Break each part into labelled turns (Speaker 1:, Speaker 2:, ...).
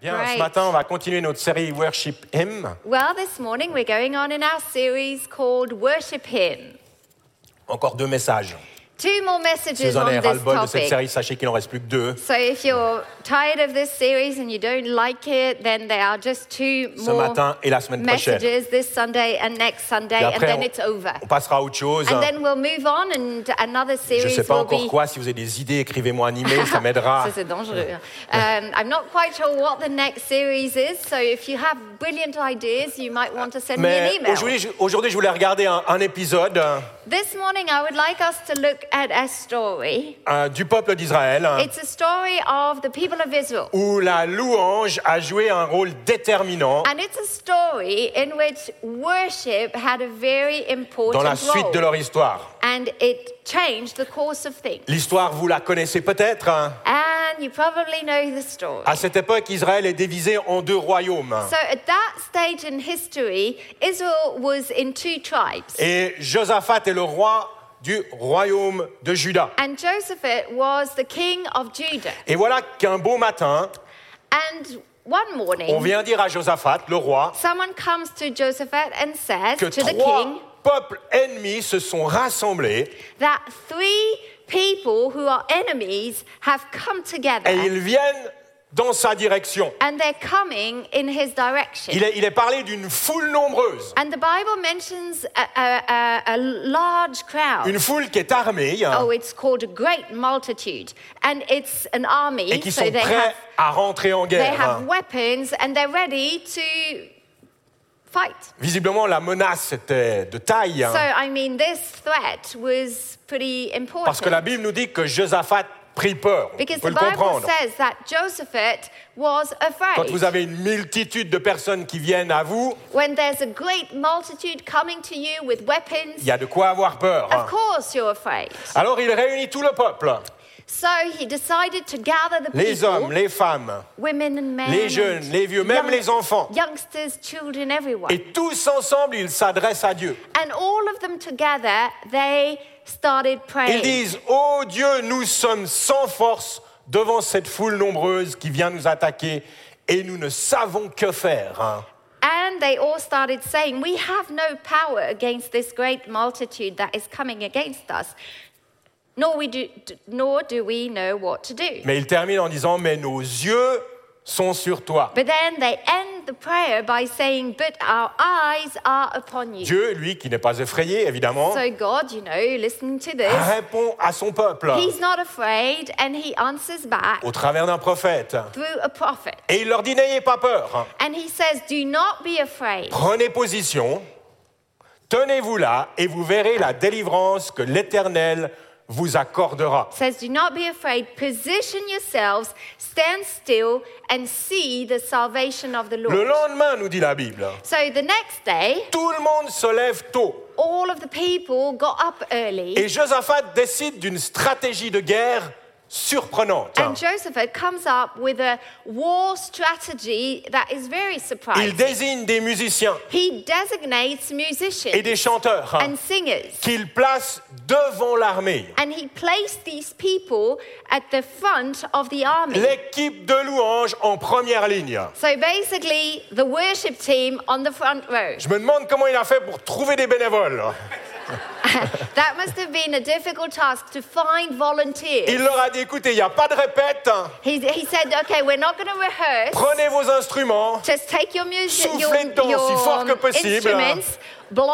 Speaker 1: Bien, ce
Speaker 2: Right.
Speaker 1: matin, on va continuer notre série Worship Him.
Speaker 2: Well, this morning we're going on in our series called Worship Him.
Speaker 1: Encore deux messages.
Speaker 2: Two more
Speaker 1: Si
Speaker 2: messages
Speaker 1: vous en avez
Speaker 2: on this
Speaker 1: ras-le-bol de cette
Speaker 2: topic.
Speaker 1: série, sachez qu'il n'en reste plus que deux.
Speaker 2: So if you're tired of this series and you don't like it, then there are just two
Speaker 1: Ce
Speaker 2: more
Speaker 1: matin et la semaine prochaine.
Speaker 2: messages this Sunday and next Sunday,
Speaker 1: Et
Speaker 2: and
Speaker 1: après,
Speaker 2: then
Speaker 1: on,
Speaker 2: it's over.
Speaker 1: on passera à autre chose.
Speaker 2: And then we'll move on, and another
Speaker 1: Je ne
Speaker 2: series
Speaker 1: sais pas
Speaker 2: will
Speaker 1: encore
Speaker 2: be.
Speaker 1: quoi. Si vous avez des idées, écrivez-moi un email, ça m'aidera.
Speaker 2: Ça, c'est dangereux. Um, I'm not quite sure what the next series is, so if you have brilliant ideas, you might want to send me an
Speaker 1: Mais
Speaker 2: email.
Speaker 1: aujourd'hui, je- aujourd'hui, je voulais regarder un, un épisode euh,
Speaker 2: This morning, I would like us to look at a story.
Speaker 1: euh, du peuple d'Israël euh,
Speaker 2: It's a story of the people of Israel.
Speaker 1: où la louange a joué un rôle déterminant
Speaker 2: And it's a story in which worship had a very
Speaker 1: dans
Speaker 2: important
Speaker 1: la suite de
Speaker 2: role.
Speaker 1: leur histoire.
Speaker 2: And it changed the course of things.
Speaker 1: L'histoire, vous la connaissez peut-être. hein.
Speaker 2: And you probably know the story.
Speaker 1: À cette époque, Israël est divisé en deux royaumes.
Speaker 2: So at that stage in history, Israel was in two tribes.
Speaker 1: Et Josaphat est le roi du royaume de Juda.
Speaker 2: And Joseph was the king of Judah.
Speaker 1: Et voilà qu'un beau matin,
Speaker 2: And one
Speaker 1: on
Speaker 2: morning,
Speaker 1: vient dire à Josaphat, le roi,
Speaker 2: someone comes to Josephat and says
Speaker 1: que
Speaker 2: to the
Speaker 1: trois
Speaker 2: king
Speaker 1: peuples ennemis se sont rassemblés
Speaker 2: that three people who are enemies have come
Speaker 1: et
Speaker 2: together
Speaker 1: ils viennent dans sa direction.
Speaker 2: and they're coming in his
Speaker 1: Il
Speaker 2: direction.
Speaker 1: est, il est parlé d'une foule nombreuse,
Speaker 2: And the Bible mentions a, a, a, a large crowd.
Speaker 1: une foule qui est armée hein,
Speaker 2: Oh, it's called a great multitude. And it's an army,
Speaker 1: et qui
Speaker 2: so
Speaker 1: sont
Speaker 2: they
Speaker 1: prêts
Speaker 2: have
Speaker 1: à rentrer en
Speaker 2: They
Speaker 1: guerre.
Speaker 2: have
Speaker 1: hein.
Speaker 2: weapons and they're ready to fight.
Speaker 1: Visiblement, la menace était de taille, hein,
Speaker 2: So, I mean, this threat was pretty important.
Speaker 1: parce que la Bible nous dit que Josaphat prit peur. On
Speaker 2: because
Speaker 1: peut
Speaker 2: the
Speaker 1: le
Speaker 2: Bible
Speaker 1: comprendre.
Speaker 2: says that Josephat was
Speaker 1: Quand
Speaker 2: afraid.
Speaker 1: vous avez une multitude de personnes qui viennent à vous,
Speaker 2: When there's a great multitude coming to you with weapons,
Speaker 1: il y a de quoi avoir peur. hein.
Speaker 2: of course you're afraid.
Speaker 1: Alors il réunit tout le peuple,
Speaker 2: So he decided to gather the
Speaker 1: les
Speaker 2: people,
Speaker 1: hommes, les femmes,
Speaker 2: women and men,
Speaker 1: les jeunes,
Speaker 2: and
Speaker 1: les vieux, même les enfants.
Speaker 2: youngsters, children, everyone.
Speaker 1: et tous ensemble, ils s'adressent à Dieu.
Speaker 2: and all of them together, they started
Speaker 1: Ils
Speaker 2: praying.
Speaker 1: disent, ô Dieu, nous sommes sans force devant cette foule nombreuse qui vient nous attaquer et nous ne savons que faire. hein.
Speaker 2: And they all started saying, We have no power against this great multitude that is coming against us, nor, we do, d- nor do we know what to do.
Speaker 1: Mais ils terminent en disant, mais nos yeux sont sur toi.
Speaker 2: But then they end the prayer by saying, But our eyes are upon you.
Speaker 1: Dieu, lui, qui n'est pas effrayé, évidemment,
Speaker 2: So God, you know, listening to this,
Speaker 1: répond à son peuple
Speaker 2: he's not afraid and he answers back
Speaker 1: au travers d'un prophète.
Speaker 2: through a prophet.
Speaker 1: Et il leur dit, n'ayez pas peur. hein.
Speaker 2: And he says, Do not be afraid.
Speaker 1: Prenez position, tenez-vous là, et vous verrez la délivrance que l'Éternel vous accordera.
Speaker 2: Says, Do not be afraid. Position yourselves, stand still, and see the salvation of the Lord.
Speaker 1: Le lendemain, nous dit la Bible,
Speaker 2: So the next day,
Speaker 1: tout le monde se lève tôt.
Speaker 2: all of the people got up early,
Speaker 1: Et Josaphat décide d'une stratégie de guerre surprenante.
Speaker 2: and Joseph comes up with a war strategy that is very
Speaker 1: Il
Speaker 2: surprising.
Speaker 1: désigne des musiciens
Speaker 2: He designates
Speaker 1: et
Speaker 2: musicians
Speaker 1: des chanteurs hein,
Speaker 2: and singers,
Speaker 1: qu'il place devant l'armée.
Speaker 2: and he placed these people at the front of the army.
Speaker 1: L'équipe de louanges en première ligne.
Speaker 2: So basically, the worship team on the front row.
Speaker 1: Je me demande comment il a fait pour trouver des bénévoles.
Speaker 2: That must have been a difficult task to find volunteers.
Speaker 1: Il leur a dit, écoutez, il n'y a pas de répète, hein,
Speaker 2: He, he said, okay, we're not going to rehearse.
Speaker 1: prenez vos instruments,
Speaker 2: Just take your music, your,
Speaker 1: Soufflez dedans aussi
Speaker 2: your,
Speaker 1: fort que
Speaker 2: um,
Speaker 1: possible.
Speaker 2: instruments, blow,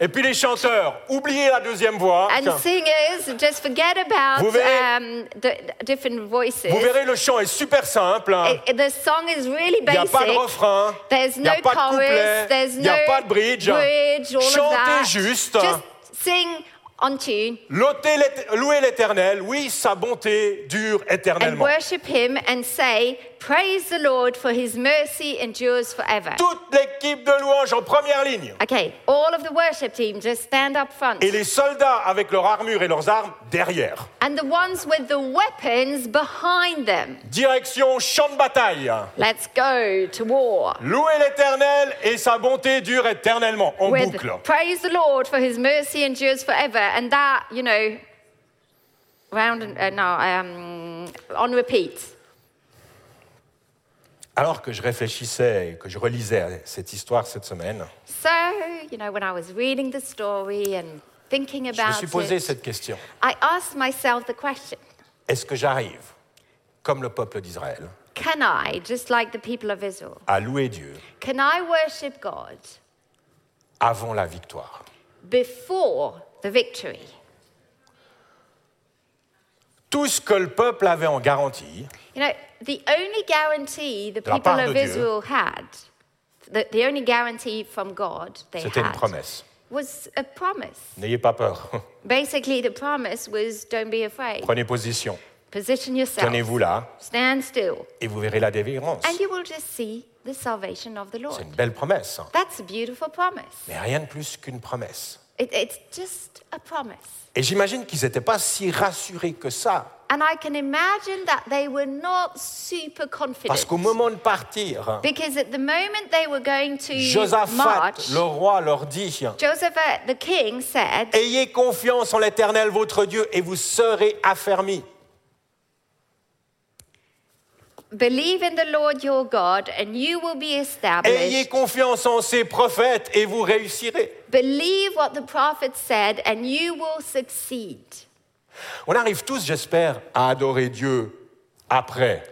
Speaker 1: Et puis les chanteurs, oubliez la deuxième voix.
Speaker 2: and singers. Just forget about
Speaker 1: Vous verrez-
Speaker 2: um, the the different voices.
Speaker 1: Vous verrez, le chant est super simple. hein.
Speaker 2: It- the song is really
Speaker 1: Il n'y a
Speaker 2: basic.
Speaker 1: pas de refrain,
Speaker 2: There's
Speaker 1: il n'y
Speaker 2: no
Speaker 1: a pas de
Speaker 2: chorus.
Speaker 1: couplet,
Speaker 2: There's
Speaker 1: il n'y a
Speaker 2: no
Speaker 1: pas de bridge.
Speaker 2: bridge, all of
Speaker 1: Chantez
Speaker 2: that.
Speaker 1: juste,
Speaker 2: Just sing on tune
Speaker 1: Lotez l'Éte- louez l'éternel, oui, sa bonté dure
Speaker 2: and
Speaker 1: éternellement.
Speaker 2: worship Him and say, "Praise the Lord for His mercy endures forever."
Speaker 1: Toute l'équipe de louanges en première ligne.
Speaker 2: Okay, all of the worship team just stand up front,
Speaker 1: Et les soldats avec leur armure et leurs armes derrière.
Speaker 2: and the ones with the weapons behind them.
Speaker 1: Direction champ de bataille.
Speaker 2: Let's go to war.
Speaker 1: Louez l'éternel et sa bonté dure éternellement. En
Speaker 2: with
Speaker 1: boucle.
Speaker 2: praise the Lord for his mercy endures forever. And that, you know, round and uh, no, um, on repeat.
Speaker 1: Alors que je réfléchissais et que je relisais à cette histoire cette semaine,
Speaker 2: So, you know, when I was reading the story and thinking
Speaker 1: je me
Speaker 2: about
Speaker 1: suis posé
Speaker 2: it,
Speaker 1: cette question.
Speaker 2: I asked myself the question
Speaker 1: Est-ce que j'arrive, comme le peuple d'Israël,
Speaker 2: Can I, just like the people of Israel,
Speaker 1: à louer Dieu
Speaker 2: can I worship God
Speaker 1: avant la victoire
Speaker 2: before the victory?
Speaker 1: Tout ce que le peuple avait en garantie,
Speaker 2: You know, the only guarantee the
Speaker 1: De la
Speaker 2: people
Speaker 1: part de
Speaker 2: of
Speaker 1: Dieu.
Speaker 2: Israel had, the, the only guarantee from God they
Speaker 1: c'était une
Speaker 2: had,
Speaker 1: promesse.
Speaker 2: was a promise.
Speaker 1: N'ayez pas peur.
Speaker 2: Basically, the promise was don't be afraid,
Speaker 1: Prenez position.
Speaker 2: position yourself,
Speaker 1: Tenez-vous là
Speaker 2: stand still,
Speaker 1: et vous verrez la délivrance.
Speaker 2: and you will just see the salvation of the
Speaker 1: C'est
Speaker 2: Lord.
Speaker 1: une belle promesse, hein.
Speaker 2: That's a beautiful promise.
Speaker 1: mais rien de plus qu'une promesse.
Speaker 2: It, it's just a promise.
Speaker 1: Et j'imagine qu'ils n'étaient pas si rassurés que ça,
Speaker 2: And I can imagine that they were not super confident.
Speaker 1: parce qu'au moment de partir,
Speaker 2: Because at the moment they were going to
Speaker 1: Josaphat,
Speaker 2: march,
Speaker 1: le roi, leur dit
Speaker 2: Joseph, uh, the king, said,
Speaker 1: Ayez confiance en l'Éternel votre Dieu et vous serez affermis.
Speaker 2: Believe in the Lord your God, and you will be
Speaker 1: Ayez
Speaker 2: established.
Speaker 1: confiance en ses prophètes et vous réussirez.
Speaker 2: Believe what the prophet said, and you will succeed.
Speaker 1: On arrive tous, j'espère, à adorer Dieu après,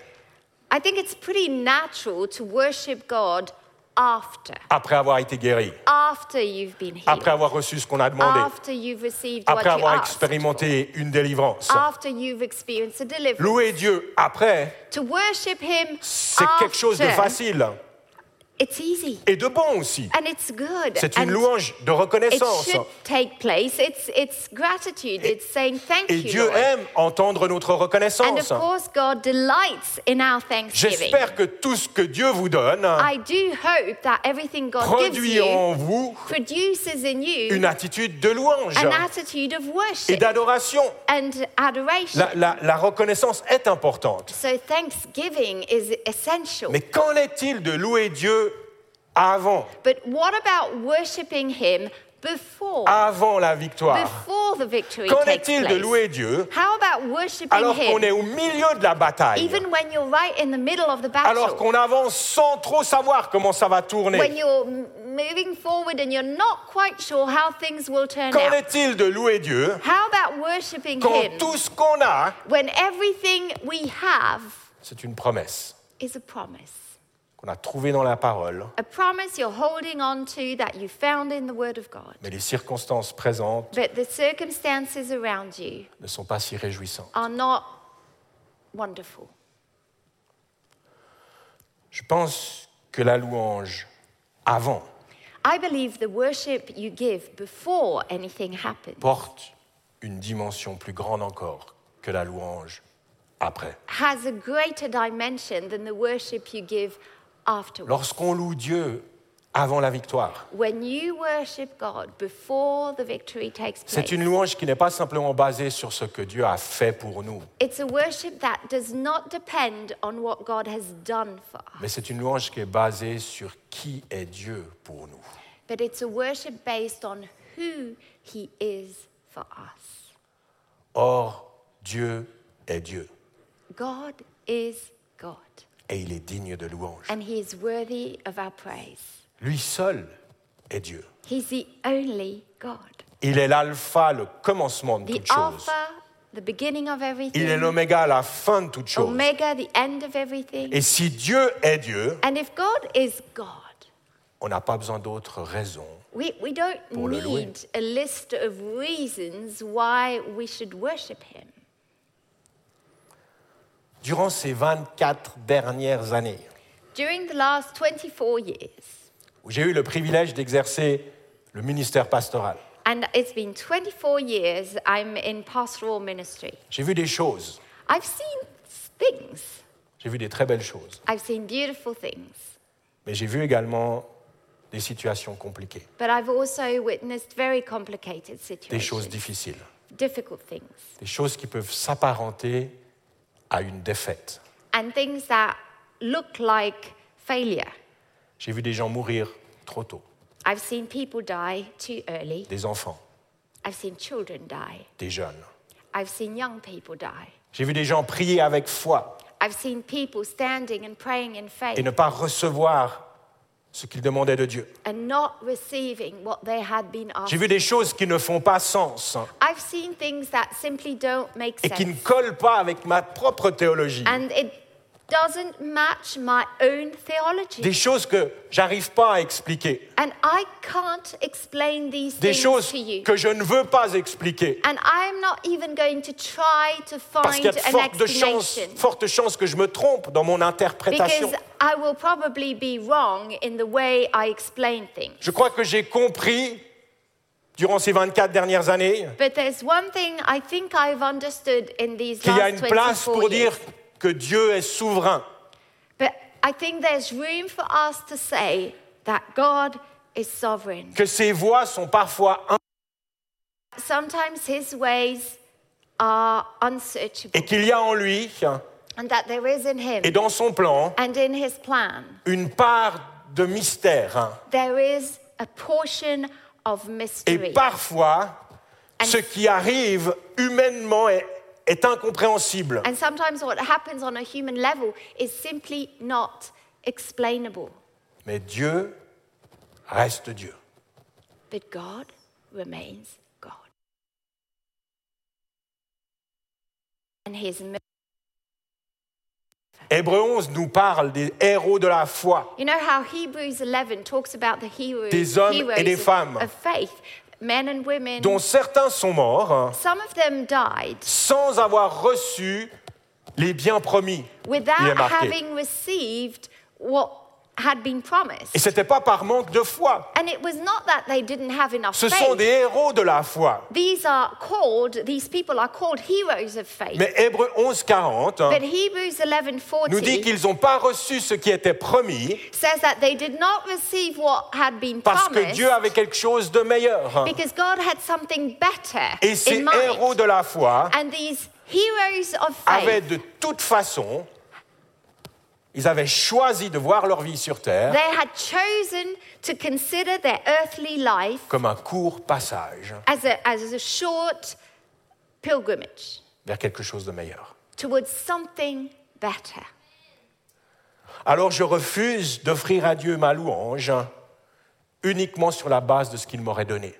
Speaker 2: I think it's pretty natural to worship God after,
Speaker 1: après avoir été guéri,
Speaker 2: after you've been healed,
Speaker 1: après avoir reçu ce qu'on a demandé,
Speaker 2: after you've received what
Speaker 1: après
Speaker 2: you
Speaker 1: avoir
Speaker 2: asked, for,
Speaker 1: expérimenté une délivrance.
Speaker 2: after you've experienced a deliverance.
Speaker 1: Louer Dieu après,
Speaker 2: To worship Him
Speaker 1: c'est quelque chose de
Speaker 2: after,
Speaker 1: facile
Speaker 2: It's easy
Speaker 1: et de bon aussi.
Speaker 2: and it's good.
Speaker 1: C'est une
Speaker 2: and
Speaker 1: louange de
Speaker 2: It
Speaker 1: reconnaissance.
Speaker 2: should take place. It's, it's gratitude. It's saying thank
Speaker 1: Et
Speaker 2: you.
Speaker 1: Dieu
Speaker 2: Lord.
Speaker 1: aime entendre notre
Speaker 2: And of
Speaker 1: reconnaissance.
Speaker 2: course, God delights in our thanksgiving.
Speaker 1: J'espère que tout ce que Dieu vous donne
Speaker 2: I do hope that everything God gives
Speaker 1: produit
Speaker 2: you
Speaker 1: en vous
Speaker 2: produces in you
Speaker 1: une attitude de louange
Speaker 2: an attitude of
Speaker 1: et
Speaker 2: worship
Speaker 1: d'adoration.
Speaker 2: and adoration.
Speaker 1: La, la- la reconnaissance est importante.
Speaker 2: so thanksgiving is essential.
Speaker 1: Mais qu'en est-il de louer Dieu avant,
Speaker 2: but what about worshiping Him before,
Speaker 1: avant la victoire
Speaker 2: before the victory
Speaker 1: Qu'en
Speaker 2: takes
Speaker 1: est-il de
Speaker 2: place?
Speaker 1: louer Dieu
Speaker 2: How about worshiping
Speaker 1: alors qu'on
Speaker 2: Him
Speaker 1: est au milieu de la bataille,
Speaker 2: even when you're right in the middle of the battle?
Speaker 1: alors qu'on avance sans trop savoir comment ça va
Speaker 2: when
Speaker 1: tourner
Speaker 2: you're m- moving forward and you're not quite sure how things will turn
Speaker 1: Qu'en
Speaker 2: out.
Speaker 1: est-il de louer Dieu
Speaker 2: How about worshiping
Speaker 1: quand
Speaker 2: Him
Speaker 1: tout ce qu'on a,
Speaker 2: when everything we have
Speaker 1: c'est une promesse
Speaker 2: is a promise?
Speaker 1: qu'on a trouvée dans la parole,
Speaker 2: A promise you're holding on to that you found in the Word of God.
Speaker 1: mais les circonstances présentes
Speaker 2: But the circumstances around you
Speaker 1: ne sont pas si réjouissantes.
Speaker 2: are not wonderful.
Speaker 1: Je pense que la louange avant
Speaker 2: I believe the worship you give before anything happens
Speaker 1: porte une dimension plus grande encore que la louange après.
Speaker 2: has a greater dimension than the worship you give afterwards.
Speaker 1: Lorsqu'on loue Dieu avant la victoire,
Speaker 2: When you worship God before the victory takes place,
Speaker 1: c'est une louange qui n'est pas simplement basée sur ce que Dieu a fait pour nous,
Speaker 2: it's a worship that does not depend on what God has done for us,
Speaker 1: mais c'est une louange qui est basée sur qui est Dieu pour nous.
Speaker 2: but it's a worship based on who He is for us.
Speaker 1: Or, Dieu est Dieu
Speaker 2: God is God,
Speaker 1: et il est digne de louange.
Speaker 2: and He is worthy of our praise.
Speaker 1: Lui seul est Dieu.
Speaker 2: He's the only God,
Speaker 1: Il est l'alpha, le commencement de
Speaker 2: the
Speaker 1: toute chose.
Speaker 2: Alpha, the beginning of
Speaker 1: Il est
Speaker 2: everything,
Speaker 1: l'oméga, la fin de toute chose.
Speaker 2: Omega, the end of everything.
Speaker 1: Et si Dieu est Dieu,
Speaker 2: And if God is God,
Speaker 1: on n'a pas besoin d'autres raisons
Speaker 2: We, we don't
Speaker 1: Pour le louer.
Speaker 2: need a list of reasons why we should worship him.
Speaker 1: Durant ces 24 dernières années,
Speaker 2: During the last 24 years,
Speaker 1: où j'ai eu le privilège d'exercer le ministère pastoral,
Speaker 2: and it's been 24 years I'm in pastoral ministry,
Speaker 1: j'ai vu des choses,
Speaker 2: I've seen things.
Speaker 1: j'ai vu des très belles choses,
Speaker 2: I've seen beautiful things,
Speaker 1: mais j'ai vu également des situations compliquées,
Speaker 2: but I've also witnessed very complicated
Speaker 1: des choses
Speaker 2: situations,
Speaker 1: difficiles,
Speaker 2: difficult things,
Speaker 1: des choses qui peuvent s'apparenter à une défaite.
Speaker 2: and things that look like failure.
Speaker 1: J'ai vu des gens mourir trop tôt,
Speaker 2: I've seen people die too early.
Speaker 1: des enfants,
Speaker 2: I've seen children die.
Speaker 1: des jeunes.
Speaker 2: I've seen young people die.
Speaker 1: J'ai vu des gens prier avec foi,
Speaker 2: I've seen people standing and praying in faith
Speaker 1: et ne pas recevoir ce qu'ils demandaient de Dieu.
Speaker 2: and not receiving what they had been asked.
Speaker 1: J'ai vu des choses qui ne font pas sens hein,
Speaker 2: I've seen things that simply don't make
Speaker 1: et qui ne
Speaker 2: sense.
Speaker 1: collent pas avec ma propre théologie.
Speaker 2: And it doesn't match my own
Speaker 1: Des
Speaker 2: theology.
Speaker 1: choses que j'arrive pas à expliquer.
Speaker 2: And I can't explain these
Speaker 1: Des
Speaker 2: things
Speaker 1: choses
Speaker 2: to you.
Speaker 1: que je ne veux pas expliquer.
Speaker 2: And I'm not even going to try to
Speaker 1: Parce
Speaker 2: find
Speaker 1: qu'il y a de
Speaker 2: an
Speaker 1: fortes de chances,
Speaker 2: explanation.
Speaker 1: fortes chances que je me trompe dans mon interprétation.
Speaker 2: Because I will probably be wrong in the way I explain things.
Speaker 1: Je crois que j'ai compris durant ces 24 dernières années
Speaker 2: But there's one thing I think I've understood in these
Speaker 1: qu'il y a
Speaker 2: last
Speaker 1: une place
Speaker 2: 24
Speaker 1: pour
Speaker 2: years.
Speaker 1: dire que Dieu est souverain.
Speaker 2: But I think there's room for us to say that God is sovereign.
Speaker 1: que ses voix sont parfois un-
Speaker 2: Sometimes his ways are unsearchable
Speaker 1: et qu'il y a en lui
Speaker 2: and that there is in him
Speaker 1: et dans son plan
Speaker 2: and in his plan
Speaker 1: une part de mystère. hein.
Speaker 2: there is a portion of
Speaker 1: Et
Speaker 2: mystery.
Speaker 1: parfois, ce qui arrive humainement est, est incompréhensible.
Speaker 2: And sometimes what happens on a human level is simply not explainable.
Speaker 1: Mais Dieu reste Dieu.
Speaker 2: But God remains God. And his mercy.
Speaker 1: Hébreu 11 nous parle des héros de la foi.
Speaker 2: You know how Hebrews 11 talks about the hero,
Speaker 1: Des hommes et
Speaker 2: heroes
Speaker 1: des
Speaker 2: of-
Speaker 1: femmes.
Speaker 2: of faith, men and women.
Speaker 1: dont certains sont morts hein,
Speaker 2: Some of them died
Speaker 1: sans avoir reçu les biens promis. Il est
Speaker 2: without
Speaker 1: marqué.
Speaker 2: having received what had been promised.
Speaker 1: Et ce n'était pas par manque de foi.
Speaker 2: And it was not that they didn't have enough
Speaker 1: Ce sont
Speaker 2: faith.
Speaker 1: des héros de la foi.
Speaker 2: These are called, these people are called heroes of faith.
Speaker 1: Mais Hébreu 11, 40 hein,
Speaker 2: but Hebrews 11:40
Speaker 1: nous dit qu'ils n'ont pas reçu ce qui était promis
Speaker 2: says that they did not receive what had been
Speaker 1: parce que
Speaker 2: promised
Speaker 1: Dieu avait quelque chose de meilleur. hein.
Speaker 2: because God had something better
Speaker 1: Et ces
Speaker 2: in mind.
Speaker 1: héros de la foi
Speaker 2: and these heroes of
Speaker 1: avaient
Speaker 2: faith,
Speaker 1: de toute façon, ils avaient choisi de voir leur vie sur terre
Speaker 2: they had chosen to consider their earthly life
Speaker 1: comme un court passage
Speaker 2: as a, as a short pilgrimage
Speaker 1: vers quelque chose de meilleur.
Speaker 2: towards something better.
Speaker 1: Alors je refuse d'offrir à Dieu ma louange hein, uniquement sur la base de ce qu'il m'aurait donné.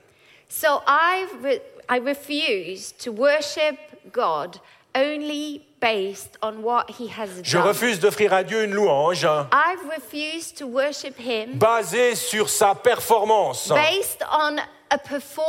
Speaker 2: So I, re- I refuse to worship God only based on what he has
Speaker 1: Je
Speaker 2: done.
Speaker 1: refuse d'offrir à Dieu une louange hein,
Speaker 2: I refuse to worship him
Speaker 1: basée sur sa performance. hein.
Speaker 2: based on a performance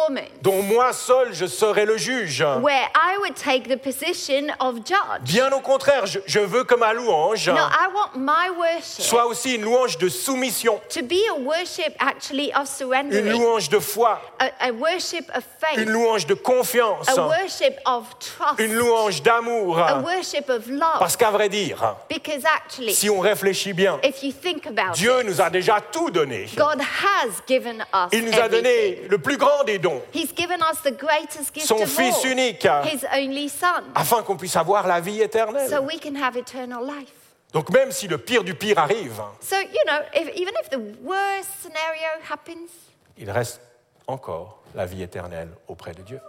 Speaker 1: dont moi seul je serai le juge.
Speaker 2: where I would take the position of judge.
Speaker 1: Bien au contraire, je, je veux que ma louange
Speaker 2: No, I want my worship
Speaker 1: soit aussi une louange de soumission,
Speaker 2: to be a worship actually of
Speaker 1: une
Speaker 2: surrendering,
Speaker 1: louange de foi,
Speaker 2: a, a worship of
Speaker 1: une
Speaker 2: faith,
Speaker 1: louange de confiance,
Speaker 2: a worship of trust,
Speaker 1: une louange d'amour.
Speaker 2: a worship of love.
Speaker 1: Parce qu'à vrai dire,
Speaker 2: Because actually,
Speaker 1: si on réfléchit bien,
Speaker 2: if you think about it,
Speaker 1: Dieu nous a déjà tout donné.
Speaker 2: God has given us
Speaker 1: Il nous a
Speaker 2: everything.
Speaker 1: donné le plus grand des dons,
Speaker 2: He's given us the greatest gift
Speaker 1: Son
Speaker 2: of
Speaker 1: Fils
Speaker 2: all,
Speaker 1: unique.
Speaker 2: His only Son,
Speaker 1: afin qu'on puisse avoir la vie
Speaker 2: so
Speaker 1: éternelle.
Speaker 2: we can have eternal life.
Speaker 1: Donc même si le pire du pire arrive,
Speaker 2: So, you know, if, even if the worst scenario happens,
Speaker 1: il reste encore la vie éternelle auprès de Dieu.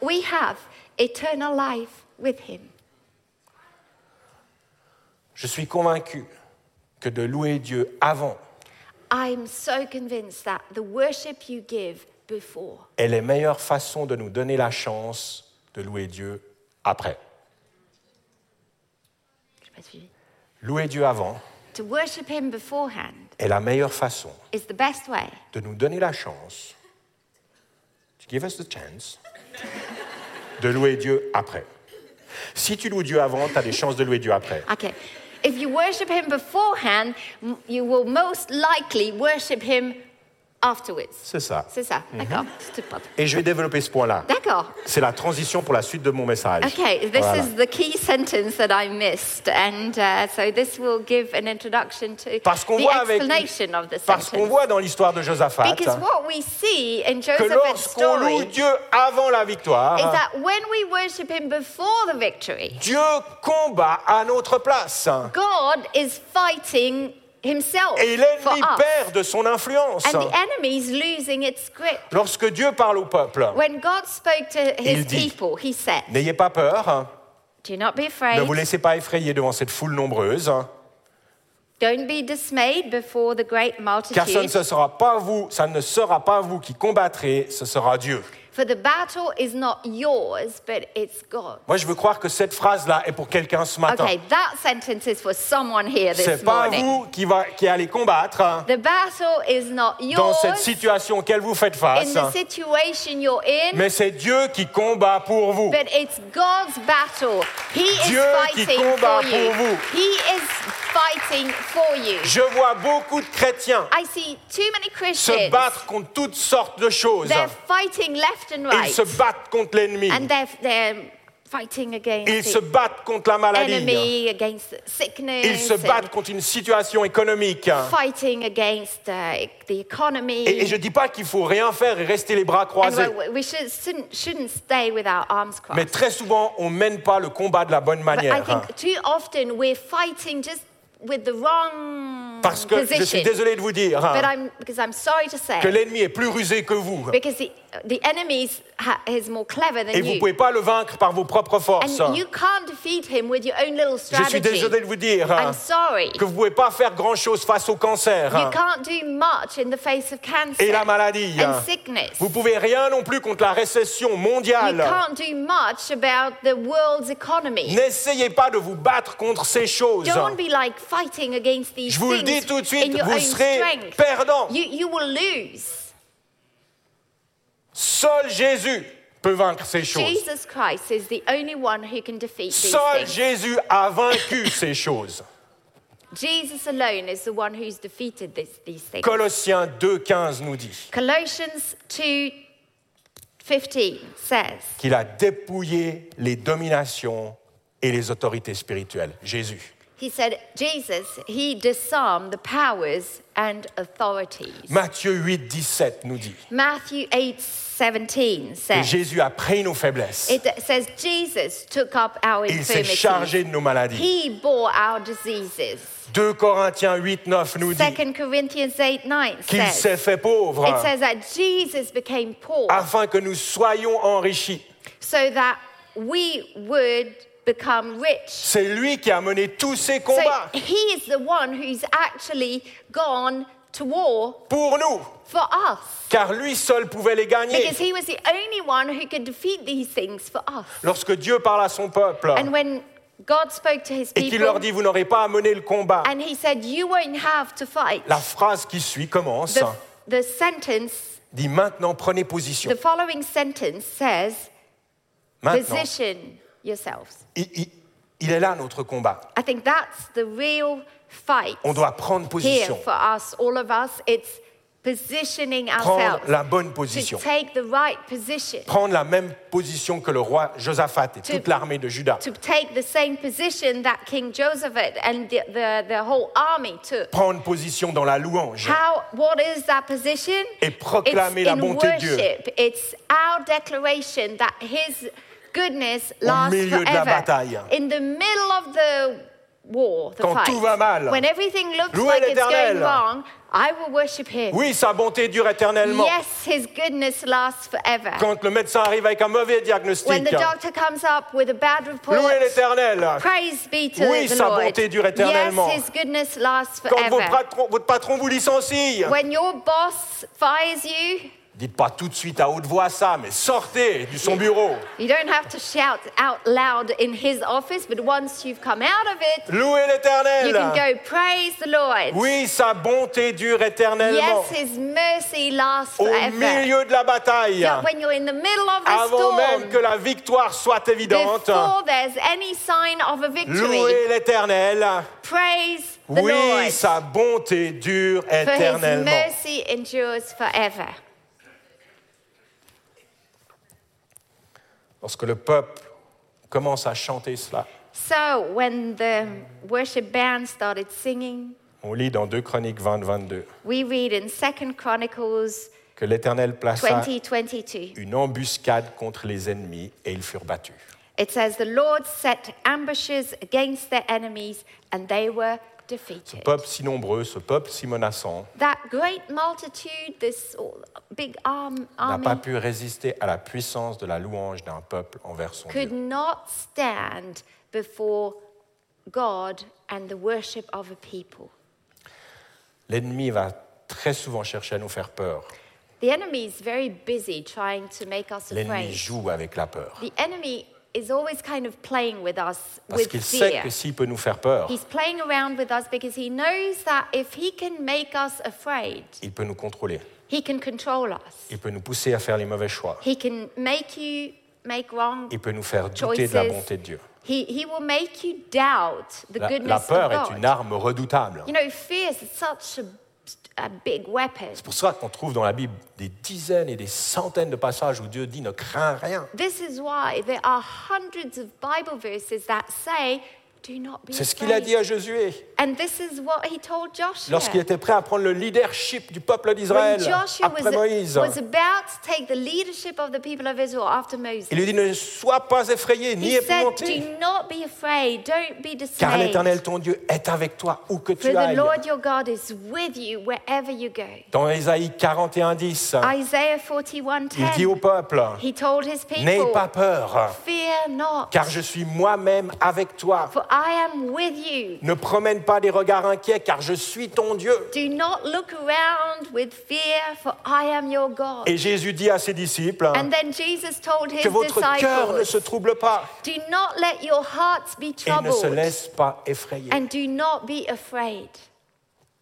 Speaker 2: we have eternal life with Him.
Speaker 1: Je suis convaincu que de louer Dieu avant
Speaker 2: I'm so convinced that the worship you give before
Speaker 1: est la meilleure façon de nous donner la chance de louer Dieu après. Louer Dieu avant
Speaker 2: to worship Him beforehand
Speaker 1: est la meilleure façon
Speaker 2: is the best way
Speaker 1: de nous donner la chance, to give us the chance, de louer Dieu après. Si tu loues Dieu avant, tu as des chances de louer Dieu après.
Speaker 2: Okay. If you worship him beforehand, m- you will most likely worship him afterwards.
Speaker 1: C'est ça.
Speaker 2: C'est ça.
Speaker 1: Mm-hmm.
Speaker 2: D'accord. C'était pas-
Speaker 1: Et je vais développer ce point-là.
Speaker 2: D'accord.
Speaker 1: C'est la transition pour la suite de mon message.
Speaker 2: Okay, this
Speaker 1: Voilà.
Speaker 2: is the key sentence that I missed, and uh, so this will give an introduction to
Speaker 1: Parce qu'on
Speaker 2: the
Speaker 1: voit avec
Speaker 2: explanation of the
Speaker 1: parce qu'on
Speaker 2: sentence.
Speaker 1: voit dans l'histoire de Josaphat
Speaker 2: Because what we see in
Speaker 1: que
Speaker 2: Joseph's
Speaker 1: lorsqu'on
Speaker 2: story
Speaker 1: loue Dieu avant la victoire,
Speaker 2: is that when we worship him before the victory,
Speaker 1: Dieu combat à notre place.
Speaker 2: God is fighting himself
Speaker 1: Et
Speaker 2: for
Speaker 1: l'ennemi
Speaker 2: us,
Speaker 1: perd de son influence.
Speaker 2: and the enemy is losing its grip.
Speaker 1: Lorsque Dieu parle au peuple,
Speaker 2: When God spoke to his
Speaker 1: Il dit,
Speaker 2: people, he said,
Speaker 1: n'ayez pas peur,
Speaker 2: Do not be
Speaker 1: Ne
Speaker 2: afraid.
Speaker 1: vous laissez pas effrayer devant cette foule nombreuse, hein,
Speaker 2: Don't be dismayed before the great
Speaker 1: car ça ne,
Speaker 2: multitude.
Speaker 1: se sera pas vous, ça ne sera pas vous qui combattrez, ce sera Dieu.
Speaker 2: For the battle is not yours, but it's God.
Speaker 1: Moi, je veux croire que cette phrase-là est pour quelqu'un ce matin.
Speaker 2: Okay, that sentence is for someone here this
Speaker 1: C'est pas
Speaker 2: morning.
Speaker 1: vous qui, va, qui allez combattre hein,
Speaker 2: The battle is not
Speaker 1: dans
Speaker 2: yours
Speaker 1: cette situation auquel vous faites
Speaker 2: in
Speaker 1: face,
Speaker 2: the
Speaker 1: hein,
Speaker 2: situation you're in,
Speaker 1: mais c'est Dieu qui combat pour vous.
Speaker 2: but it's God's battle. He
Speaker 1: Dieu qui
Speaker 2: is fighting
Speaker 1: combat
Speaker 2: for
Speaker 1: pour
Speaker 2: you.
Speaker 1: vous.
Speaker 2: He is fighting for you.
Speaker 1: Je vois beaucoup de chrétiens
Speaker 2: I see too many
Speaker 1: se
Speaker 2: Christians.
Speaker 1: battre contre toutes sortes de choses.
Speaker 2: They're fighting left and
Speaker 1: Ils
Speaker 2: right,
Speaker 1: se battent contre l'ennemi.
Speaker 2: and they're they're
Speaker 1: Ils
Speaker 2: fighting against
Speaker 1: se
Speaker 2: the
Speaker 1: battent contre la maladie.
Speaker 2: enemy, against sickness.
Speaker 1: Ils se
Speaker 2: and-
Speaker 1: battent contre une situation économique.
Speaker 2: fighting against uh, the economy.
Speaker 1: Et, et je ne dis pas qu'il faut rien faire et rester les bras
Speaker 2: and
Speaker 1: croisés.
Speaker 2: we- we should, shouldn't, shouldn't stay with our arms crossed.
Speaker 1: Mais très souvent, on mène pas le combat de la bonne
Speaker 2: but I
Speaker 1: manière. hein.
Speaker 2: think too often we're fighting just with the wrong
Speaker 1: Parce que je suis
Speaker 2: position.
Speaker 1: désolé de vous dire hein,
Speaker 2: but I'm because I'm sorry to say
Speaker 1: que l'ennemi est plus rusé que vous.
Speaker 2: because the the enemy is- ha- is more clever than
Speaker 1: Et vous
Speaker 2: you,
Speaker 1: pouvez pas le vaincre par vos propres forces.
Speaker 2: and you can't defeat him with your own little
Speaker 1: Je suis
Speaker 2: strategy.
Speaker 1: désolé de vous dire hein,
Speaker 2: I'm sorry.
Speaker 1: que vous pouvez pas faire grand-chose face au cancer hein,
Speaker 2: You can't do much in the face of cancer
Speaker 1: et la maladie. hein.
Speaker 2: and sickness.
Speaker 1: Vous pouvez rien non plus contre la récession
Speaker 2: You
Speaker 1: mondiale.
Speaker 2: can't do much about the world's economy.
Speaker 1: N'essayez pas de vous battre contre ces choses.
Speaker 2: Don't be like fighting against these
Speaker 1: Je vous le dis
Speaker 2: things
Speaker 1: tout de
Speaker 2: in
Speaker 1: suite,
Speaker 2: your
Speaker 1: vous
Speaker 2: own
Speaker 1: serez
Speaker 2: strength.
Speaker 1: perdant.
Speaker 2: You, you will lose.
Speaker 1: Seul Jésus peut vaincre ces choses.
Speaker 2: Jesus Christ is the only one who can defeat these
Speaker 1: Seul
Speaker 2: things.
Speaker 1: Jésus a vaincu ces choses.
Speaker 2: Jesus alone is the one who's defeated this, these things.
Speaker 1: Colossiens 2,15 nous dit
Speaker 2: Colossians 2:15 says,
Speaker 1: qu'il a dépouillé les dominations et les autorités spirituelles. Jésus.
Speaker 2: He said, Jesus, He disarmed the powers and authorities.
Speaker 1: Matthieu 8, 17 nous dit
Speaker 2: Matthew 8:17
Speaker 1: que
Speaker 2: says,
Speaker 1: Jésus a pris nos faiblesses.
Speaker 2: It says Jesus took up our
Speaker 1: Il s'est
Speaker 2: infirmities.
Speaker 1: chargé de nos maladies.
Speaker 2: He bore our diseases.
Speaker 1: 2 Corinthiens 8, 9 nous dit
Speaker 2: 2 Corinthians 8 9
Speaker 1: qu'il
Speaker 2: says,
Speaker 1: s'est Ah, fait pauvre
Speaker 2: It says that Jesus became poor
Speaker 1: afin que nous soyons enrichis.
Speaker 2: so that we would become rich.
Speaker 1: C'est lui qui a mené tous ces
Speaker 2: So
Speaker 1: combats
Speaker 2: he is the one who's actually gone to war
Speaker 1: pour nous,
Speaker 2: for us
Speaker 1: car lui seul pouvait les gagner.
Speaker 2: because he was the only one who could defeat these things for us.
Speaker 1: Lorsque Dieu parle à son peuple
Speaker 2: And when God spoke to his
Speaker 1: Ah. et qu'il leur
Speaker 2: people
Speaker 1: dit vous n'aurez pas à mener le combat,
Speaker 2: and he said, You won't have to fight.
Speaker 1: la phrase qui suit commence,
Speaker 2: The, the sentence,
Speaker 1: dit maintenant prenez position.
Speaker 2: the following sentence says,
Speaker 1: Maintenant,
Speaker 2: position yourselves.
Speaker 1: il, il- il est là notre combat.
Speaker 2: I think that's the real fight
Speaker 1: On doit prendre
Speaker 2: here
Speaker 1: position,
Speaker 2: for us, all of us. It's positioning
Speaker 1: prendre
Speaker 2: ourselves
Speaker 1: la bonne
Speaker 2: to
Speaker 1: position,
Speaker 2: take the right position,
Speaker 1: prendre la même position que le roi Josaphat et
Speaker 2: To-
Speaker 1: toute l'armée de Juda.
Speaker 2: to take the same position that King Joseph and the, the, the whole army took.
Speaker 1: Prendre position dans la louange.
Speaker 2: How, what is that position?
Speaker 1: Et proclamer
Speaker 2: it's
Speaker 1: la
Speaker 2: in
Speaker 1: bonté de Dieu.
Speaker 2: worship. It's our declaration that His goodness
Speaker 1: Au
Speaker 2: lasts
Speaker 1: milieu de la
Speaker 2: forever.
Speaker 1: bataille.
Speaker 2: In the middle of the war, the
Speaker 1: Quand
Speaker 2: fight,
Speaker 1: tout va mal.
Speaker 2: when everything looks
Speaker 1: Louez
Speaker 2: like it's
Speaker 1: l'Éternel.
Speaker 2: going wrong, I will worship Him.
Speaker 1: Oui, sa bonté dure éternellement.
Speaker 2: Yes, His goodness lasts forever.
Speaker 1: Quand le médecin arrive avec un mauvais
Speaker 2: When
Speaker 1: diagnostic,
Speaker 2: the doctor comes up with a bad report,
Speaker 1: louez l'Éternel.
Speaker 2: praise be to
Speaker 1: Oui,
Speaker 2: the
Speaker 1: sa
Speaker 2: Lord.
Speaker 1: bonté dure éternellement.
Speaker 2: yes, His goodness lasts
Speaker 1: Quand vos
Speaker 2: forever.
Speaker 1: patrons- votre patron vous licencie,
Speaker 2: When your boss fires you,
Speaker 1: dites pas tout de suite à haute voix ça, mais sortez de son bureau.
Speaker 2: You don't have to shout out loud in his office, but once you've come out of it,
Speaker 1: Louez
Speaker 2: you can
Speaker 1: l'Éternel.
Speaker 2: go praise the Lord.
Speaker 1: Oui, sa bonté dure éternellement.
Speaker 2: Yes, his mercy lasts
Speaker 1: Au
Speaker 2: forever.
Speaker 1: milieu de la bataille,
Speaker 2: But when you're in the middle of the
Speaker 1: avant même que
Speaker 2: storm,
Speaker 1: la victoire soit évidente,
Speaker 2: before there's any sign of a victory,
Speaker 1: louez l'Éternel.
Speaker 2: praise the
Speaker 1: Oui,
Speaker 2: Lord.
Speaker 1: sa bonté dure
Speaker 2: For his
Speaker 1: éternellement.
Speaker 2: mercy endures forever.
Speaker 1: Lorsque le peuple commence à chanter cela,
Speaker 2: So when the worship band started singing,
Speaker 1: on lit dans 2 Chroniques 20, 22
Speaker 2: we read in 2 Chronicles
Speaker 1: que l'Éternel plaça
Speaker 2: 20, 22.
Speaker 1: une embuscade contre les ennemis et ils furent battus.
Speaker 2: It says, The Lord set ambushes against their enemies, and they were defeated.
Speaker 1: Peuple si nombreux, ce peuple si menaçant,
Speaker 2: that great multitude, this all- big arm,
Speaker 1: n'a pas
Speaker 2: army,
Speaker 1: pu résister à la puissance de la louange d'un peuple envers son Dieu.
Speaker 2: could not stand before God and the worship of a people.
Speaker 1: L'ennemi va très souvent chercher à nous faire peur.
Speaker 2: The enemy is very busy trying to make us
Speaker 1: L'ennemi
Speaker 2: afraid.
Speaker 1: joue avec la peur.
Speaker 2: The enemy is always kind of playing with us
Speaker 1: Parce
Speaker 2: with
Speaker 1: qu'il sait
Speaker 2: fear.
Speaker 1: que s'il peut nous faire peur,
Speaker 2: He's playing around with us because he knows that if he can make us afraid,
Speaker 1: il peut nous contrôler.
Speaker 2: he can control us.
Speaker 1: Il peut nous pousser à faire les mauvais choix.
Speaker 2: He can make you make wrong
Speaker 1: Il peut nous faire douter
Speaker 2: choices.
Speaker 1: de la bonté de Dieu.
Speaker 2: He, he will make you doubt the
Speaker 1: La, la
Speaker 2: goodness
Speaker 1: peur
Speaker 2: of
Speaker 1: est
Speaker 2: God.
Speaker 1: une arme redoutable.
Speaker 2: You know, fear is such a, a big weapon.
Speaker 1: C'est pour ça qu'on trouve dans la Bible des dizaines et des centaines de passages où Dieu dit ne crains rien.
Speaker 2: This is why there are hundreds of Bible verses that say, do not be
Speaker 1: C'est ce
Speaker 2: afraid.
Speaker 1: qu'il a dit à Josué
Speaker 2: And this is what he told Joshua.
Speaker 1: lorsqu'il était prêt à prendre le leadership du peuple
Speaker 2: when
Speaker 1: d'Israël
Speaker 2: Joshua
Speaker 1: après
Speaker 2: was,
Speaker 1: Moïse.
Speaker 2: was about to take the leadership of the people of Israel after Moses,
Speaker 1: Il lui dit ne sois pas effrayé ni
Speaker 2: he said,
Speaker 1: épouvanté,
Speaker 2: Do not be afraid, don't be
Speaker 1: car
Speaker 2: dismayed.
Speaker 1: l'Éternel ton Dieu est avec toi où que
Speaker 2: For
Speaker 1: tu
Speaker 2: the
Speaker 1: ailles.
Speaker 2: Lord your God is with you wherever you go.
Speaker 1: Dans Ésaïe 41:10,
Speaker 2: Isaiah
Speaker 1: Ah. il dit au
Speaker 2: 41:10.
Speaker 1: peuple
Speaker 2: He told his
Speaker 1: N'aie
Speaker 2: people,
Speaker 1: pas peur,
Speaker 2: Fear not,
Speaker 1: car je suis moi-même avec toi.
Speaker 2: for I am with you.
Speaker 1: Ne promène pas des regards inquiets, car je suis ton Dieu.
Speaker 2: Do not look around with fear, for I am your God.
Speaker 1: Et Jésus dit à ses disciples
Speaker 2: And then Jesus told his
Speaker 1: que votre cœur ne
Speaker 2: disciples,
Speaker 1: se trouble pas
Speaker 2: Do not let your hearts be
Speaker 1: et ne se
Speaker 2: troubled,
Speaker 1: laisse pas effrayer.
Speaker 2: and do not be afraid.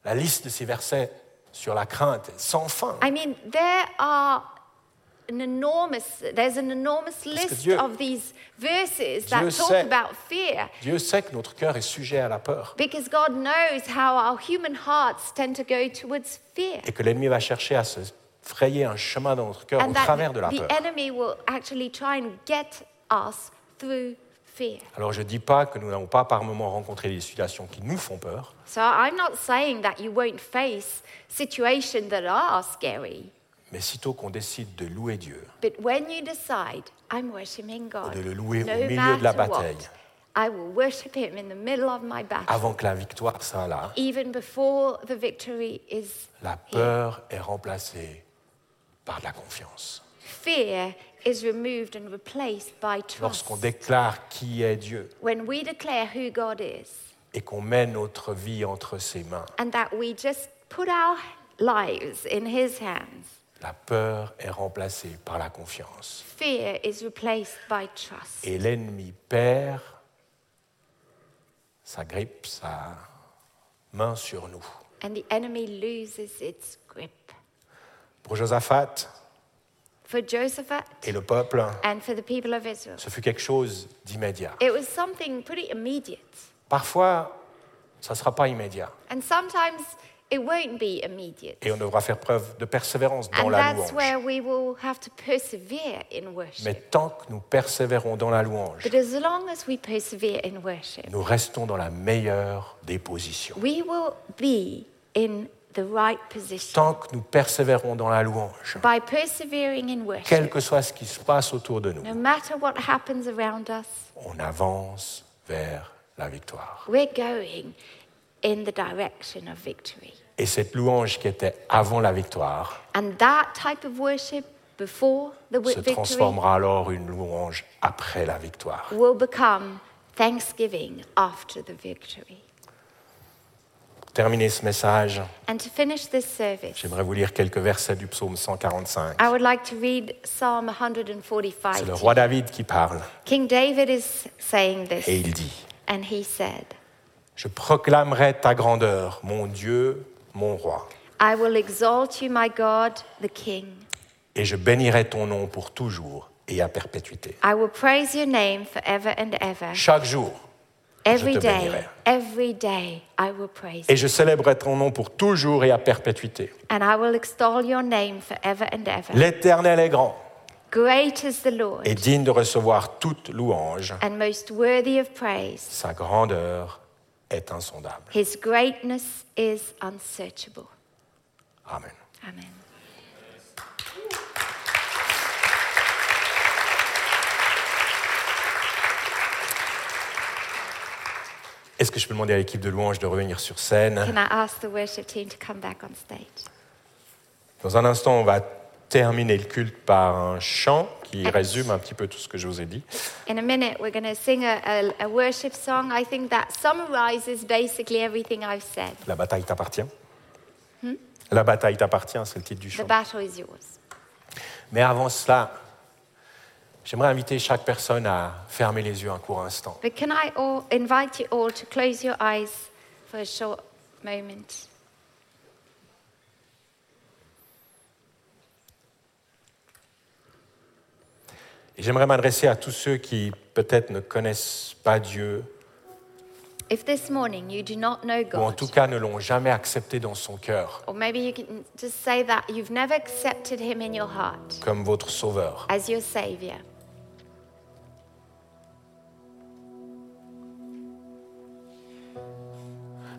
Speaker 1: La liste de ces versets sur la crainte est sans fin.
Speaker 2: I mean, there are an enormous, there's an enormous
Speaker 1: que
Speaker 2: list
Speaker 1: Dieu-
Speaker 2: of these verses
Speaker 1: Dieu
Speaker 2: that talk
Speaker 1: sait.
Speaker 2: about fear.
Speaker 1: Dieu sait que notre cœur est sujet à la peur
Speaker 2: Because God knows how our human hearts tend to go towards fear.
Speaker 1: et que l'ennemi va chercher à se frayer un chemin dans notre cœur au
Speaker 2: And that
Speaker 1: travers de la
Speaker 2: the
Speaker 1: peur.
Speaker 2: enemy will actually try and get us through fear.
Speaker 1: Alors je ne dis pas que nous n'avons pas par moments rencontré des situations qui nous font peur,
Speaker 2: So I'm not saying that you won't face situations that are scary,
Speaker 1: mais sitôt qu'on décide de louer Dieu,
Speaker 2: but when you decide, I'm worshiping God,
Speaker 1: de le louer au
Speaker 2: no
Speaker 1: milieu de la
Speaker 2: matter
Speaker 1: bataille.
Speaker 2: what, I will worship Him in the middle of my battle,
Speaker 1: avant que la victoire soit là,
Speaker 2: even before the victory is
Speaker 1: la
Speaker 2: here.
Speaker 1: peur est remplacée par de la confiance.
Speaker 2: Fear is removed and replaced by trust.
Speaker 1: Lorsqu'on déclare qui est Dieu
Speaker 2: When we declare who God is,
Speaker 1: et qu'on met notre vie entre ses mains,
Speaker 2: and that we just put our lives in His hands,
Speaker 1: la peur est remplacée par la confiance.
Speaker 2: fear is replaced by trust.
Speaker 1: Et l'ennemi perd sa grippe, sa main sur nous.
Speaker 2: And the enemy loses its grip.
Speaker 1: Pour Josaphat
Speaker 2: For Josephat
Speaker 1: et le peuple,
Speaker 2: and for the people of Israel,
Speaker 1: ce fut quelque chose d'immédiat.
Speaker 2: it was something pretty immediate.
Speaker 1: Parfois, ça ne sera pas immédiat.
Speaker 2: And sometimes it won't be immediate.
Speaker 1: Et on devra faire preuve de persévérance dans
Speaker 2: And
Speaker 1: la
Speaker 2: that's
Speaker 1: louange.
Speaker 2: where we will have to persevere
Speaker 1: Mais
Speaker 2: in worship.
Speaker 1: tant que nous persévérons dans la louange,
Speaker 2: But as long as we persevere in worship,
Speaker 1: nous restons dans la meilleure des positions.
Speaker 2: we will be in the right position.
Speaker 1: Tant que nous persévérons dans la louange,
Speaker 2: By persevering in worship,
Speaker 1: quel que soit ce qui se passe autour de nous,
Speaker 2: No matter what happens around us,
Speaker 1: on avance vers la victoire.
Speaker 2: we're going in the direction of victory.
Speaker 1: Et cette louange qui était avant la victoire
Speaker 2: And that type of worship before the wi-
Speaker 1: se
Speaker 2: victory
Speaker 1: transformera alors une louange après la victoire.
Speaker 2: will become thanksgiving after the victory.
Speaker 1: Pour terminer ce message,
Speaker 2: And to finish this service,
Speaker 1: j'aimerais vous lire quelques versets du psaume 145.
Speaker 2: I would like to read Psalm
Speaker 1: C'est
Speaker 2: 145.
Speaker 1: le roi David qui parle
Speaker 2: King David is saying this,
Speaker 1: et il dit
Speaker 2: and he said,
Speaker 1: Je proclamerai ta grandeur, mon Dieu, mon roi.
Speaker 2: I will exalt you, my God, the King.
Speaker 1: et je bénirai ton nom pour toujours et à perpétuité.
Speaker 2: I will praise your name forever and ever.
Speaker 1: Chaque jour,
Speaker 2: Every
Speaker 1: te
Speaker 2: day,
Speaker 1: bénirai.
Speaker 2: every day I will praise
Speaker 1: et
Speaker 2: you.
Speaker 1: je célébrerai ton nom pour toujours et à perpétuité.
Speaker 2: And I will extol your name forever and ever.
Speaker 1: L'Éternel est grand
Speaker 2: Great is the
Speaker 1: et
Speaker 2: Lord
Speaker 1: digne de recevoir toute louange.
Speaker 2: and most worthy of praise.
Speaker 1: Sa grandeur est insondable.
Speaker 2: His greatness is unsearchable.
Speaker 1: Amen.
Speaker 2: Amen.
Speaker 1: Est-ce que je peux demander à l'équipe de louange de revenir sur
Speaker 2: Can
Speaker 1: scène
Speaker 2: I ask the worship team to come back on stage?
Speaker 1: Dans un instant, on va terminer le culte par un chant qui qui résume un petit peu tout ce que je vous ai dit.
Speaker 2: In a minute, we're going to sing a, a, a worship song. I think that summarizes basically everything I've said.
Speaker 1: La bataille t'appartient. La bataille t'appartient, c'est le titre du
Speaker 2: The
Speaker 1: chant.
Speaker 2: battle is yours.
Speaker 1: Mais avant cela, j'aimerais inviter chaque personne à fermer les yeux un court instant.
Speaker 2: But can I all invite you all to close your eyes for a short moment?
Speaker 1: Et j'aimerais m'adresser à tous ceux qui peut-être ne connaissent pas Dieu,
Speaker 2: If this morning you do not know
Speaker 1: ou en
Speaker 2: God,
Speaker 1: tout cas ne l'ont jamais accepté dans son cœur
Speaker 2: or maybe you can just say that you've never accepted Him in your heart
Speaker 1: comme votre sauveur.
Speaker 2: as your Savior,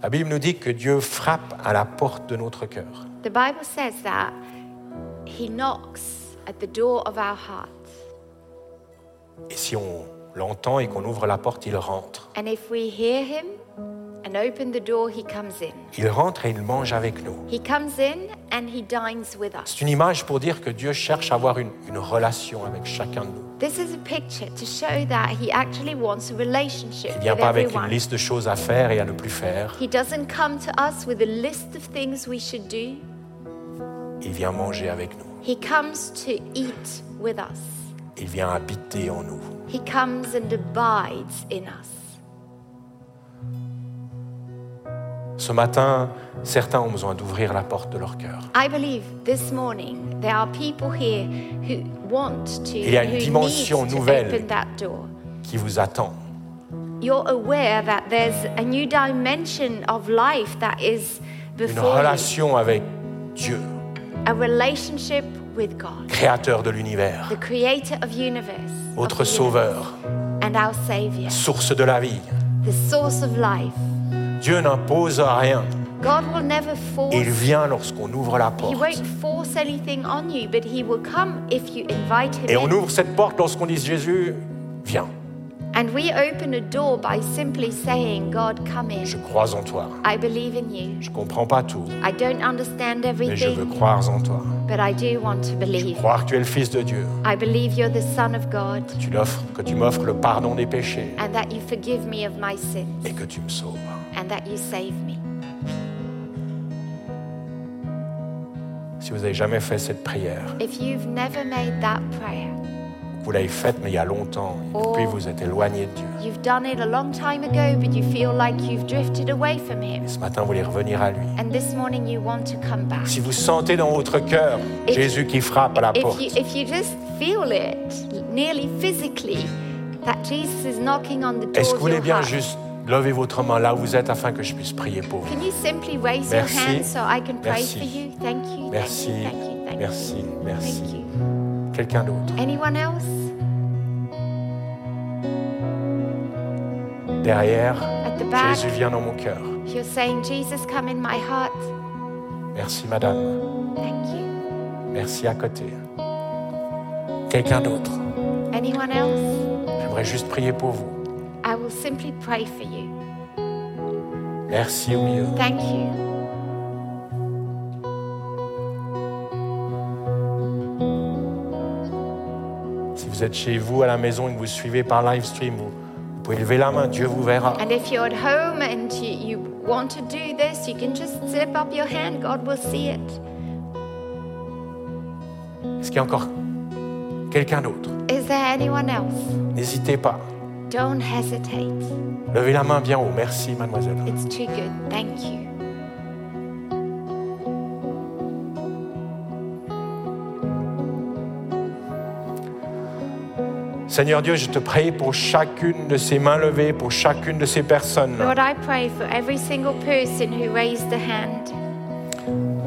Speaker 1: La Bible nous dit que Dieu frappe à la porte de notre cœur.
Speaker 2: the Bible says that He knocks at the door of our heart.
Speaker 1: Et si on l'entend et qu'on ouvre la porte, il rentre.
Speaker 2: And if we hear Him and open the door, He comes in.
Speaker 1: Il rentre et il mange avec nous.
Speaker 2: He comes in and He dines with us.
Speaker 1: C'est une image pour dire que Dieu cherche à avoir une, une relation avec chacun de nous.
Speaker 2: This is a picture to show that He actually wants a
Speaker 1: Il
Speaker 2: relationship
Speaker 1: ne
Speaker 2: with
Speaker 1: vient pas avec une
Speaker 2: everyone.
Speaker 1: liste de choses à faire et à ne plus faire.
Speaker 2: He doesn't come to us with a list of things we should do.
Speaker 1: Il vient manger avec nous.
Speaker 2: He comes to eat with us.
Speaker 1: Il vient habiter en nous.
Speaker 2: He comes and abides in us.
Speaker 1: Ce matin, certains ont besoin d'ouvrir la porte de leur cœur.
Speaker 2: I believe this morning there are people here who want to,
Speaker 1: Il y a une
Speaker 2: who
Speaker 1: dimension
Speaker 2: need to
Speaker 1: nouvelle.
Speaker 2: open that door.
Speaker 1: qui vous attend.
Speaker 2: You're aware that there's a new dimension of life that is
Speaker 1: Une
Speaker 2: before you.
Speaker 1: relation avec Dieu,
Speaker 2: A relationship with God,
Speaker 1: créateur de l'univers,
Speaker 2: the creator of universe, of
Speaker 1: votre
Speaker 2: the
Speaker 1: sauveur,
Speaker 2: universe, and our savior,
Speaker 1: source de la vie.
Speaker 2: the source of life.
Speaker 1: Dieu n'impose rien.
Speaker 2: God will never force
Speaker 1: Il vient lorsqu'on ouvre la
Speaker 2: He
Speaker 1: porte.
Speaker 2: won't force anything on you, but he will come if you invite him.
Speaker 1: Et on
Speaker 2: in.
Speaker 1: ouvre cette porte lorsqu'on dit Jésus, viens,
Speaker 2: And we open a door by simply saying, God, come in.
Speaker 1: je crois en toi.
Speaker 2: I believe in you.
Speaker 1: Je comprends pas tout,
Speaker 2: I don't understand
Speaker 1: mais je veux
Speaker 2: everything,
Speaker 1: croire en toi.
Speaker 2: but I do want to believe.
Speaker 1: Croire que tu es le Fils de Dieu.
Speaker 2: I believe you're the Son of God
Speaker 1: Tu l'offres, que tu m'offres le pardon des péchés
Speaker 2: and that you forgive me of my sins
Speaker 1: et que tu me sauves.
Speaker 2: and that you save me.
Speaker 1: Si vous n'avez jamais fait cette prière,
Speaker 2: If you've never made that prayer,
Speaker 1: vous l'avez faite, mais il y a longtemps, et puis vous êtes éloigné de Dieu.
Speaker 2: you've done it a long time ago, but you feel like you've drifted away from him.
Speaker 1: Et ce matin, vous voulez revenir à lui.
Speaker 2: And this morning you want to come back.
Speaker 1: Si vous sentez dans votre cœur
Speaker 2: Et-
Speaker 1: Jésus qui frappe à la
Speaker 2: If
Speaker 1: porte,
Speaker 2: you, if you just feel it, nearly physically, that Jesus is knocking on the door
Speaker 1: est-ce que
Speaker 2: of
Speaker 1: vous voulez
Speaker 2: your
Speaker 1: bien
Speaker 2: heart,
Speaker 1: juste lever votre main là où vous êtes afin que je puisse prier pour vous
Speaker 2: can you simply raise
Speaker 1: Merci.
Speaker 2: your hand so I can pray
Speaker 1: Merci.
Speaker 2: for you? Thank you.
Speaker 1: Merci,
Speaker 2: Thank you. Thank you. Thank
Speaker 1: merci,
Speaker 2: you.
Speaker 1: merci.
Speaker 2: Thank you.
Speaker 1: Quelqu'un d'autre
Speaker 2: Anyone else?
Speaker 1: Derrière,
Speaker 2: At the back.
Speaker 1: Jésus vient dans mon cœur.
Speaker 2: If you're saying, Jesus, come in my heart,
Speaker 1: Merci, madame.
Speaker 2: thank you.
Speaker 1: Merci à côté. Quelqu'un d'autre
Speaker 2: Anyone else?
Speaker 1: J'aimerais juste prier pour vous.
Speaker 2: I will simply pray for you.
Speaker 1: Merci au milieu.
Speaker 2: Thank you.
Speaker 1: Si vous êtes chez vous, à la maison et que vous suivez par live stream, vous, vous pouvez lever la main, Dieu vous verra.
Speaker 2: And if you're at home and you, you want to do this, you can just slip up your hand. God will see it.
Speaker 1: Est-ce qu'il y a encore quelqu'un d'autre
Speaker 2: Is there anyone else?
Speaker 1: N'hésitez pas.
Speaker 2: Don't hesitate.
Speaker 1: Levez la main bien haut. Merci, mademoiselle.
Speaker 2: It's too good. Thank you.
Speaker 1: Seigneur Dieu, je te prie pour chacune de ces mains levées, pour chacune de ces personnes.
Speaker 2: Lord, I pray for every single person who raised a hand.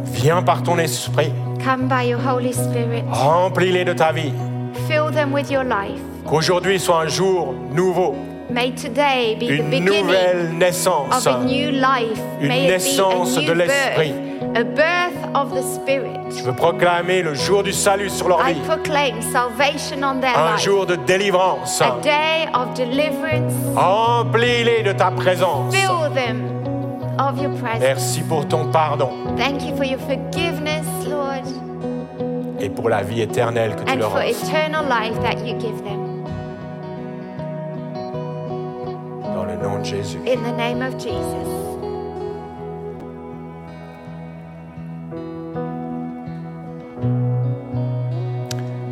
Speaker 1: Viens par ton esprit,
Speaker 2: Come by your Holy Spirit.
Speaker 1: remplis-les de ta vie.
Speaker 2: Fill them with your life.
Speaker 1: Qu'aujourd'hui soit un jour nouveau,
Speaker 2: May today be the
Speaker 1: une
Speaker 2: beginning
Speaker 1: nouvelle naissance.
Speaker 2: of a new life.
Speaker 1: Une
Speaker 2: May it be a
Speaker 1: naissance de
Speaker 2: new
Speaker 1: l'esprit.
Speaker 2: birth, a birth of the
Speaker 1: Je
Speaker 2: Spirit.
Speaker 1: veux proclamer le jour du salut sur leur
Speaker 2: I
Speaker 1: vie,
Speaker 2: proclaim salvation on their
Speaker 1: un
Speaker 2: life.
Speaker 1: jour de délivrance.
Speaker 2: A day of deliverance.
Speaker 1: Remplis-les de ta présence.
Speaker 2: Fill them of your presence.
Speaker 1: Merci pour ton pardon
Speaker 2: Thank you for your forgiveness, Lord.
Speaker 1: et et pour la vie éternelle que tu
Speaker 2: and
Speaker 1: leur
Speaker 2: for
Speaker 1: offres.
Speaker 2: eternal life that you give them.
Speaker 1: Dans le nom de Jésus.
Speaker 2: In the name of Jesus.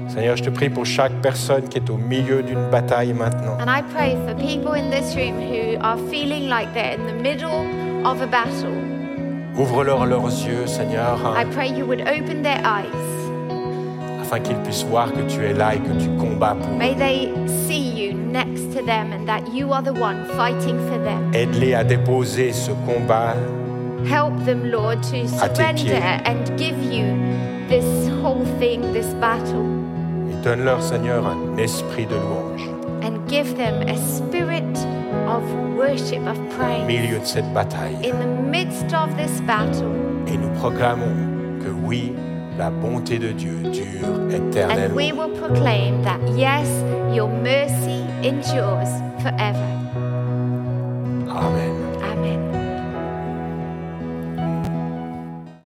Speaker 1: Seigneur, je te prie pour chaque personne qui est au milieu d'une bataille maintenant.
Speaker 2: And I pray for people in this room who are feeling like they're in the middle of a battle.
Speaker 1: Ouvre-leur leurs yeux, Seigneur, hein,
Speaker 2: I pray you would open their eyes.
Speaker 1: afin qu'ils puissent voir que tu es là et que tu combats pour.
Speaker 2: May they see you next to them and that you are the one fighting for them.
Speaker 1: Aide-les à déposer ce combat
Speaker 2: Help them, Lord, to
Speaker 1: pieds.
Speaker 2: surrender and give you this whole thing, this battle,
Speaker 1: et donne-leur, Seigneur, un esprit de louange
Speaker 2: and give them a spirit of worship, of
Speaker 1: au
Speaker 2: praise.
Speaker 1: milieu de cette bataille.
Speaker 2: In the midst of this battle,
Speaker 1: Et nous proclamons que oui, la bonté de Dieu dure
Speaker 2: and we
Speaker 1: éternellement.
Speaker 2: will proclaim that, yes, your mercy endures forever.
Speaker 1: Amen.